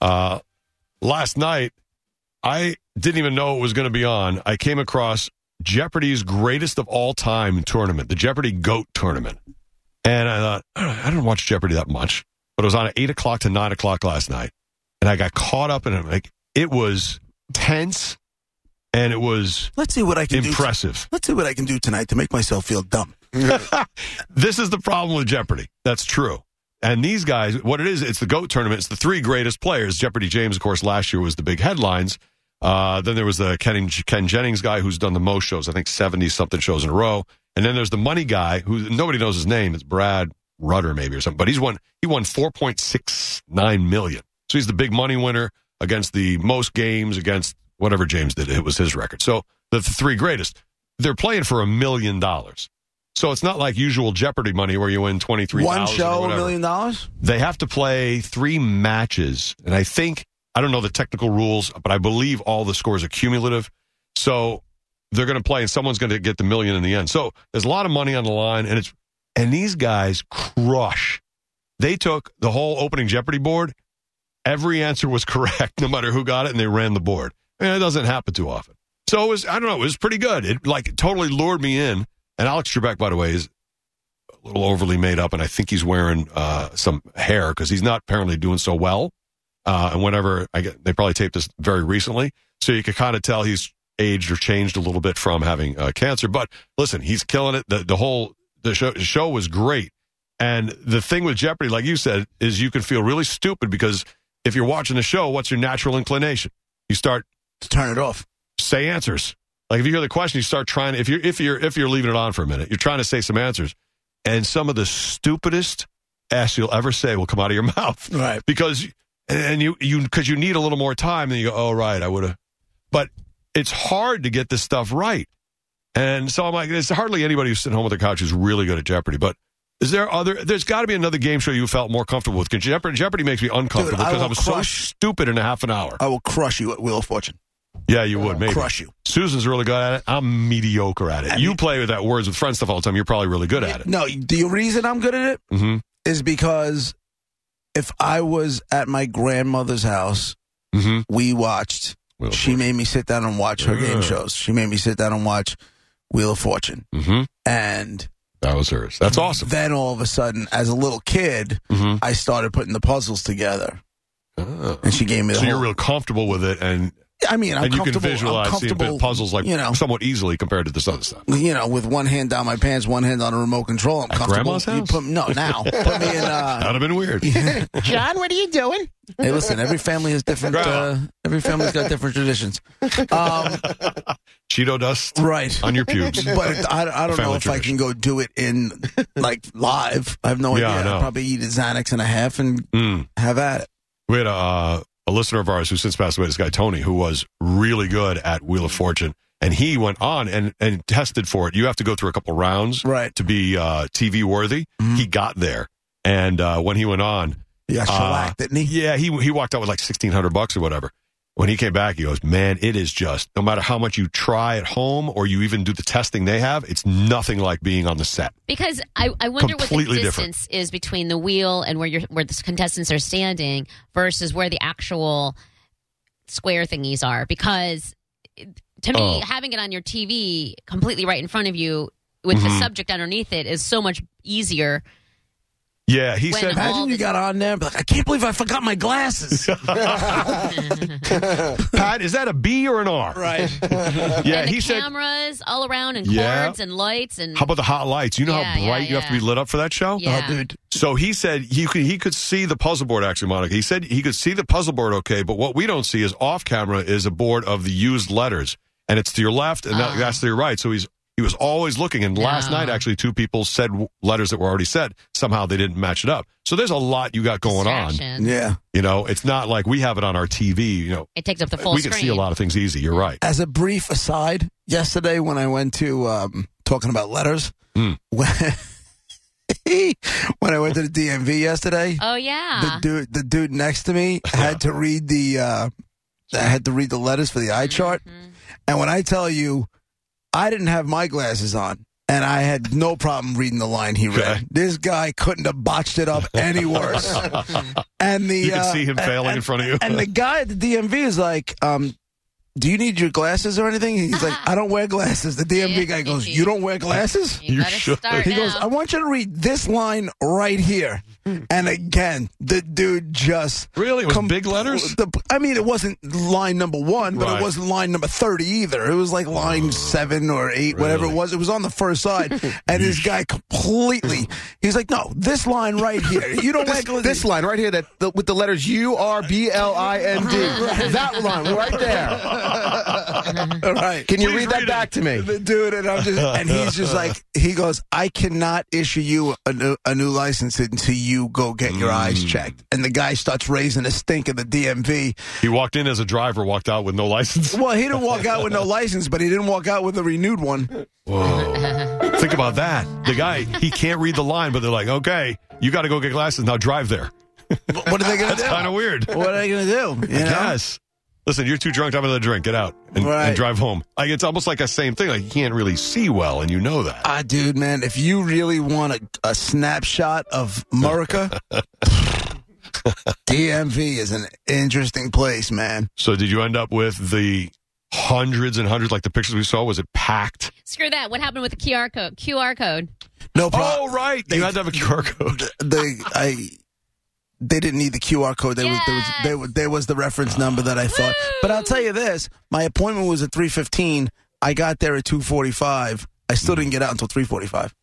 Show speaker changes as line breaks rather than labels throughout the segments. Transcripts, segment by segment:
Uh, last night, I didn't even know it was going to be on. I came across Jeopardy's greatest of all time tournament, the Jeopardy Goat tournament. And I thought, I don't- I don't watch Jeopardy that much, but it was on at 8 o'clock to 9 o'clock last night. And I got caught up in it. Like, it was tense and it was
Let's see what I can do.
impressive.
Let's see what I can do tonight to make myself feel dumb.
this is the problem with Jeopardy. That's true. And these guys, what it is, it's the GOAT tournament. It's the three greatest players. Jeopardy James, of course, last year was the big headlines. Uh, then there was the Ken, Ken Jennings guy who's done the most shows, I think 70 something shows in a row. And then there's the money guy who nobody knows his name. It's Brad Rutter, maybe, or something. But he's won, he won 4.69 million. So he's the big money winner against the most games, against whatever James did. It was his record. So the three greatest, they're playing for a million dollars. So it's not like usual Jeopardy money where you win twenty three
One show, a million dollars.
They have to play three matches, and I think I don't know the technical rules, but I believe all the scores are cumulative. So they're going to play, and someone's going to get the million in the end. So there's a lot of money on the line, and it's and these guys crush. They took the whole opening Jeopardy board. Every answer was correct, no matter who got it, and they ran the board. And it doesn't happen too often. So it was, I don't know, it was pretty good. It like totally lured me in. And Alex Trebek, by the way, is a little overly made up, and I think he's wearing uh, some hair because he's not apparently doing so well. Uh, and whenever I get, they probably taped this very recently, so you could kind of tell he's aged or changed a little bit from having uh, cancer. But listen, he's killing it. The the whole the show, show was great. And the thing with Jeopardy, like you said, is you can feel really stupid because if you're watching the show, what's your natural inclination? You start
To turn it off.
say answers. Like if you hear the question, you start trying. If you're if you're if you're leaving it on for a minute, you're trying to say some answers, and some of the stupidest s you'll ever say will come out of your mouth
Right.
because and you you because you need a little more time. And you go, oh right, I would have. But it's hard to get this stuff right, and so I'm like, there's hardly anybody who's sitting home with their couch who's really good at Jeopardy, but. Is there other? There's got to be another game show you felt more comfortable with. 'Cause Jeopardy, Jeopardy makes me uncomfortable
I
because I,
will
was
crush-
so stupid in a half an hour.
I will crush you at Wheel of Fortune.
yeah, you would maybe.
Crush you.
Susan's really good at it. I'm mediocre at it.
I
you
mean-
play with that words with friends stuff all the time. You're probably really good at it.
No, the reason I'm good at it
hmm
is because if I was at my grandmother's house,
hmm
we watched. She made me sit down and watch her game
Yeah.
shows. She made me sit down and watch Wheel of Fortune.
hmm
And
That was hers. That's awesome.
Then all of a sudden, as a little kid,
Mhm.
I started putting the puzzles together,
Ah.
and she gave me the
So you're
whole.
real comfortable with it, and
I mean, Oh. I'm
and you can
comfortable.
visualize
I'm
seeing bit-
comfortable
puzzles like
you know,
somewhat easily compared to this other stuff.
you know, with one hand down my pants, one hand on a remote control. I'm
At
comfortable.
grandma's
You
house?
put- no, now put me in. Uh,
That'd have been weird.
John, what are you doing?
hey, listen, every family has different. Uh,
Grandma.
every family's got different traditions. Um,
Cheeto dust
right.
on your pubes.
But I, I don't know
Family
if I can go do it in like live. I have no
Yeah, I
idea.
know.
I'll probably eat a Xanax and a half and
Mm.
have at it.
We had a, uh, a listener of ours who since passed away, this guy Tony, who was really good at Wheel of Fortune, and he went on and, and tested for it. You have to go through a couple rounds
Right.
to be uh, TV worthy.
Mhm.
He got there, and uh, when he went on,
Yeah,
Uh,
shellac, didn't he?
yeah, he he walked out with like sixteen hundred bucks or whatever. When he came back, he goes, "Man, it is just no matter how much you try at home or you even do the testing they have, it's nothing like being on the set."
Because I, I wonder
Completely
what the
different.
distance is between the wheel and where you where the contestants are standing versus where the actual square thingies are. Because to me,
Oh.
having it on your TV completely right in front of you with the
Mhm.
subject underneath it is so much easier.
Yeah, he
When
said.
all
Imagine you
the-
got on there and be like, I can't believe I forgot my glasses.
Pat, is that a B or an R?
right.
Yeah,
and the
he said.
cameras all around and
Yeah.
cords and lights and
How about the hot lights? You know
Yeah,
how
yeah,
bright you have to
yeah.
be lit up for that show?
Yeah.
Oh, dude.
So he said he could he could see the puzzle board actually, Monica. He said he could see the puzzle board okay, but what we don't see is off camera is a board of the used letters, and it's to your left and that-
Ah.
that's to your right. So he's he was always looking. And last
No.
night actually, two people said w- letters that were already said. Somehow they didn't match it up. So there's a lot you got going on.
distraction.
Yeah.
You know, it's not like we have it on our TV. You know,
It takes up the full
we
screen.
can see a lot of things easy. You're right.
As a brief aside, yesterday when I went to um, talking about letters,
Mm.
when, when I went to the DMV yesterday,
Oh yeah.
the dude the dude next to me had to read the uh, I had to
Mm-hmm.
read the letters for the eye chart, and when I tell you, I didn't have my glasses on. and I had no problem reading the line he read.
Okay.
This guy couldn't have botched it up any worse. and the
You
uh,
can see him
and-
failing in
and-
front of you.
and the guy at the DMV is like, um, "Do you need your glasses or anything?" He's like, "I don't wear glasses." The DMV guy goes, "You don't wear glasses?"
You
You better
should.
start
He
now.
goes, "I want you to read this line right here." And again, the dude just
Really? It was
com-
big letters?
The, I mean, it wasn't line number one, but
Right.
it wasn't line number thirty either. It was like
Oh,
line seven or eight, whatever it
really?
was. It was on the first side, and this guy completely. He's like, "No, this line right here. You don't
This,
like glasses."
this line right here, that the, with the letters U R B L I N D, that line right there.
All right.
Can you
Please
read that
read it.
back to me?
The dude and I'm just and he's just like he goes I cannot issue you a new, a new license until you go get your eyes checked and the guy starts raising a stink at the DMV
He walked in as a driver, walked out with no license.
well he didn't walk out with no license but he didn't walk out with a renewed one
Think about that. The guy, he can't read the line, but they're like, okay, you got to go get glasses. Now drive there.
But what are they gonna do
Kind of weird.
what are they gonna do you know?
Yes. Listen, you're too drunk. I'm gonna drink. Get out and, and
Right.
drive home. Like it's almost like a same thing. Like you can't really see well, and you know that.
ah dude man if you really want a, a snapshot of America DMV is an interesting place man
So did you end up with the hundreds and hundreds, like the pictures we saw? Was it packed?
Screw that. What happened with the QR code? QR code.
no problem
oh, right. You had to have a QR code.
they I they didn't need the QR code. They was, there was they were, there was the reference number that I thought. But I'll tell you this: my appointment was at three fifteen. I got there at two forty five. I still didn't get out until three forty five.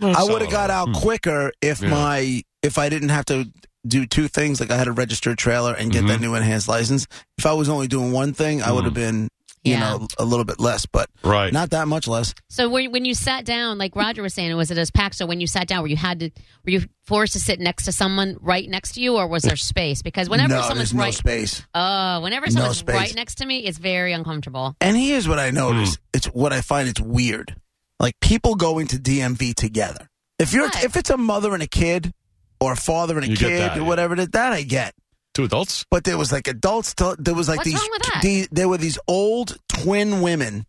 I would have got
Hmm.
out quicker if
Mm. Yeah.
my if I didn't have to do two things. Like I had to register a trailer and get
Mm-hmm.
that new enhanced license. If I was only doing one thing, I would have been you
Yeah.
know a little bit less, but
Mm. Right.
not that much less.
So when, when you sat down, like Roger was saying, was it as packed? So when you sat down, were you had to were you forced to sit next to someone right next to you, or was there space? Because whenever
no,
someone's
there's no
right,
space.
oh, whenever
No
someone's
space.
right next to me, it's very uncomfortable.
And here's what I
Hmm.
notice. It's what I find it's weird. Like people going to DMV together. If you're
Right.
if it's a mother and a kid or a father and a
You get
kid
that,
or
yeah.
whatever that, that I get.
Two adults.
But there was like adults t- there was like
What's
these,
wrong with that?
these there were these old twin women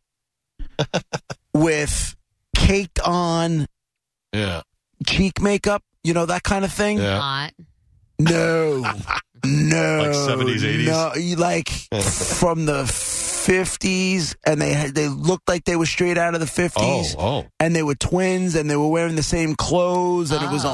with caked on
Yeah.
cheek makeup, you know that kind of thing.
Yeah.
Hot.
No. No.
Like 70s, 80s?
No, you like from the 50s and they had, they looked like they were straight out of the
Oh.
50s
Oh.
and they were twins and they were wearing the same clothes and it was a
Ah.
Oh.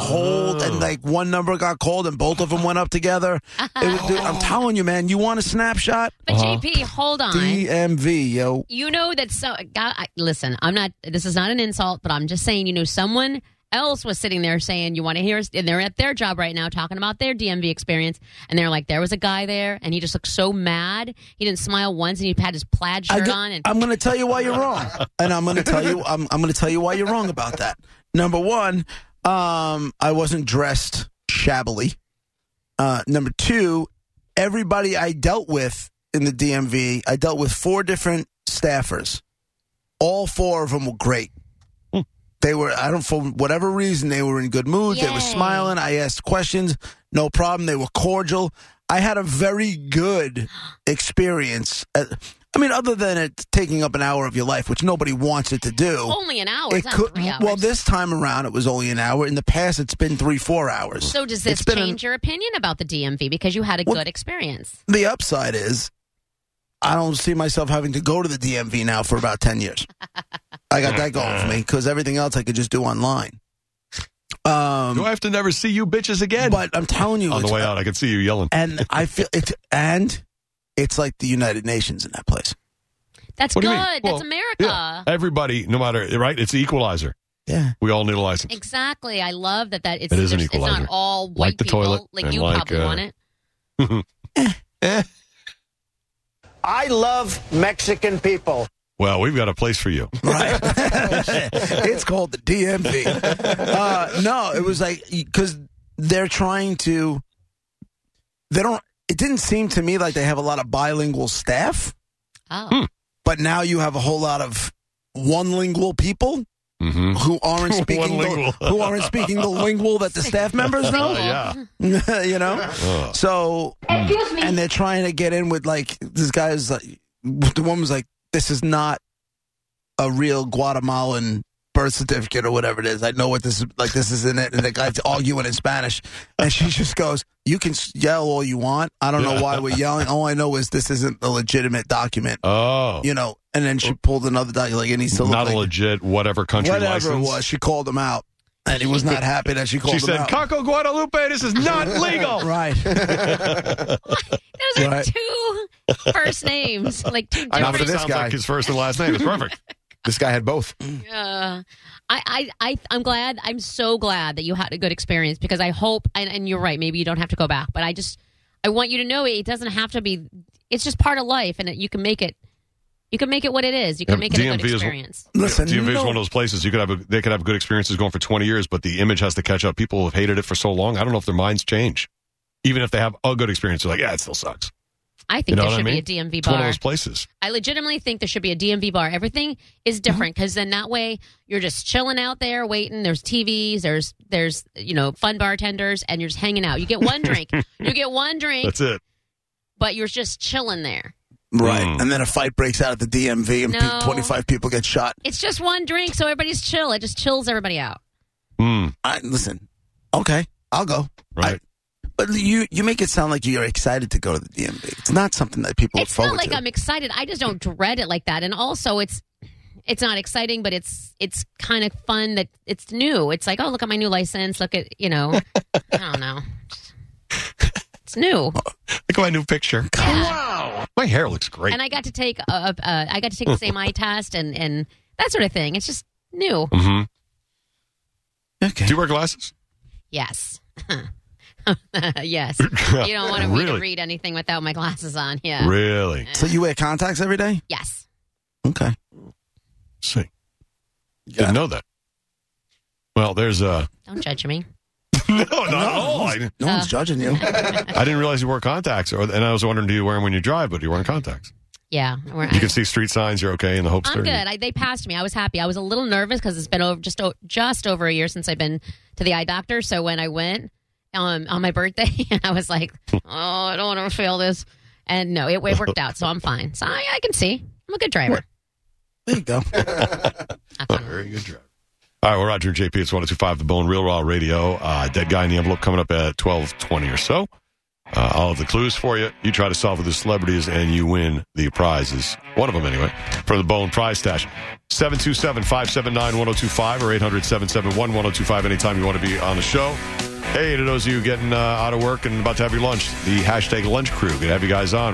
hold and like one number got called and both of them went up together. It was, dude, I'm telling you, man, you want a snapshot?
But JP, hold on.
DMV, yo.
you know that so God, I, listen i'm not this is not an insult but i'm just saying you know someone else was sitting there saying you want to hear us and they're at their job right now talking about their dmv experience and they're like there was a guy there and he just looked so mad he didn't smile once and he had his plaid
I
shirt on and
am going to tell you why you're wrong, and I'm going to tell you I'm, I'm going to tell you why you're wrong about that. Number one, um, I wasn't dressed shabbily. Uh, number two, everybody I dealt with in the DMV, I dealt with four different staffers. All four of them were great. They were, I don't, for whatever reason, they were in good mood. They
Yay.
were smiling. I asked questions, no problem. They were cordial. I had a very good experience. Uh, I mean, other than it taking up an hour of your life, which nobody wants it to do.
only an hour
Oh, it
Oh, it's not three hours.
well, this time around, it was only an hour. In the past, it's been three, four hours.
so does this
it's been an-
change your opinion about the dmv because you had a
Well-
good experience
the upside is I don't see myself having to go to the DMV now for about 10 years. I got that going for me because everything else I could just do online. Um,
Do I have to never see you bitches again?
but I'm telling you,
on the
it's-
way out, I could see you yelling.
and I feel it's and it's like the United Nations in that place.
that's
What
good
do you mean?
that's
Well,
america
Yeah. Everybody, no matter right, it's the equalizer.
Yeah,
We all need a license.
Exactly. I love that. That it's,
It is an
there's- it's
equalizer.
not all white
Like the
people.
toilet
like
and
you
like,
probably
uh,
want it.
I love Mexican people.
Well, we've got a place for you.
right. it's called the DMV. Uh, no, it was like because they're trying to. They don't. It didn't seem to me like they have a lot of bilingual staff.
Oh,
but now you have a whole lot of one lingual people
Mm-hmm.
who aren't speaking
One-lingual.
the, who aren't speaking the lingual that the staff members
Oh,
know.
yeah.
you know,
Oh.
so and they're trying to get in with like this guy's like the woman's like this is not a real Guatemalan birth certificate or whatever it is. I know what this is like. This is in it, and the guy's arguing in Spanish, and she just goes, "You can s- yell all you want. I don't know why we're yelling. All I know is this isn't a legitimate document,
Oh,
you know." And then she pulled another document, like it needs to look
not
like
a legit whatever country
whatever
license.
it was. She called him out, and he was not happy that she called
She
him
said,
out.
"Caco Guadalupe, this is not legal."
right.
Those are
Right.
two first names, like two
I know,
Not
for
that it
different.
this
sounds
guy.
like his first and last name. It's perfect.
This guy had both.
Uh, I, I, I, I'm glad. I'm so glad that you had a good experience because I hope, and, and you're right. Maybe you don't have to go back, but I just, I want you to know it doesn't have to be. It's just part of life, and that you can make it. You can make it what it is. You can
Yeah,
make it a
DMV
good
is-
experience.
Listen,
DMV is
no-
one of those places you could have. A, they could have good experiences going for twenty years, but the image has to catch up. People have hated it for so long. I don't know if their minds change, even if they have a good experience. They're like, yeah, it still sucks.
I think
You know
there
what I
should
mean?
be a DMV
It's one of
bar.
those places.
I legitimately think there should be a DMV bar. Everything is
Mm-hmm.
different because then that way you're just chilling out there, waiting. There's TVs, there's there's you know fun bartenders, and you're just hanging out. You get one drink, you get one drink,
That's it.
but you're just chilling there.
Right.
Mm.
And then a fight breaks out at the DMV and pe-
No.
25 people get shot.
It's just one drink, so everybody's chill. It just chills everybody out.
Mm,
I, listen, okay, I'll go.
right.
I, but you, you make it sound like you're excited to go to the DMV. It's not something that people
it's
look
not
forward
like
to.
I'm excited. I just don't dread it like that. And also, it's it's not exciting, but it's it's kind of fun that it's new. It's like, oh, look at my new license. Look at you know, I don't know. It's new,
Look at my new picture. Wow, my hair looks great.
and I got to take a, a, a I got to take the same eye test and and that sort of thing. It's just new.
hmm
okay.
Do you wear glasses?
Yes. yes. You don't want me to
Really?
read anything without my glasses on. Yeah.
Really?
uh.
so you wear contacts every day?
Yes.
Okay.
See,
Yeah.
didn't know that. Well, there's a
Don't judge me.
no, not at all. I,
No
Uh.
one's judging you.
I didn't realize you wore contacts, or, and I was wondering, do you wear them when you drive? But you're wearing contacts.
Yeah. We're-
You can see street signs. You're okay in the Hope
Uh, I'm good. I, they passed me. I was happy. I was a little nervous because it's been over, just o- just over a year since I've been to the eye doctor. So when I went um, on my birthday, I was like, "Oh, I don't want to fail this." And no, it, it worked out, so I'm fine. So I, I can see. I'm a good driver.
There you go.
Very good driver. All right, we're Roger and JP. It's 1025 The Bone, Real Raw Radio. Uh, Dead Guy in the Envelope coming up at 1220 or so. Uh, all of the clues for you. You try to solve who the celebrity is, and you win the prizes. One of them, anyway, for the Bone Prize Stash. 727 579 1025 or 800 771 1025 anytime you want to be on the show. Hey, to those of you getting uh, out of work and about to have your lunch, the hashtag lunch crew. Gonna have you guys on.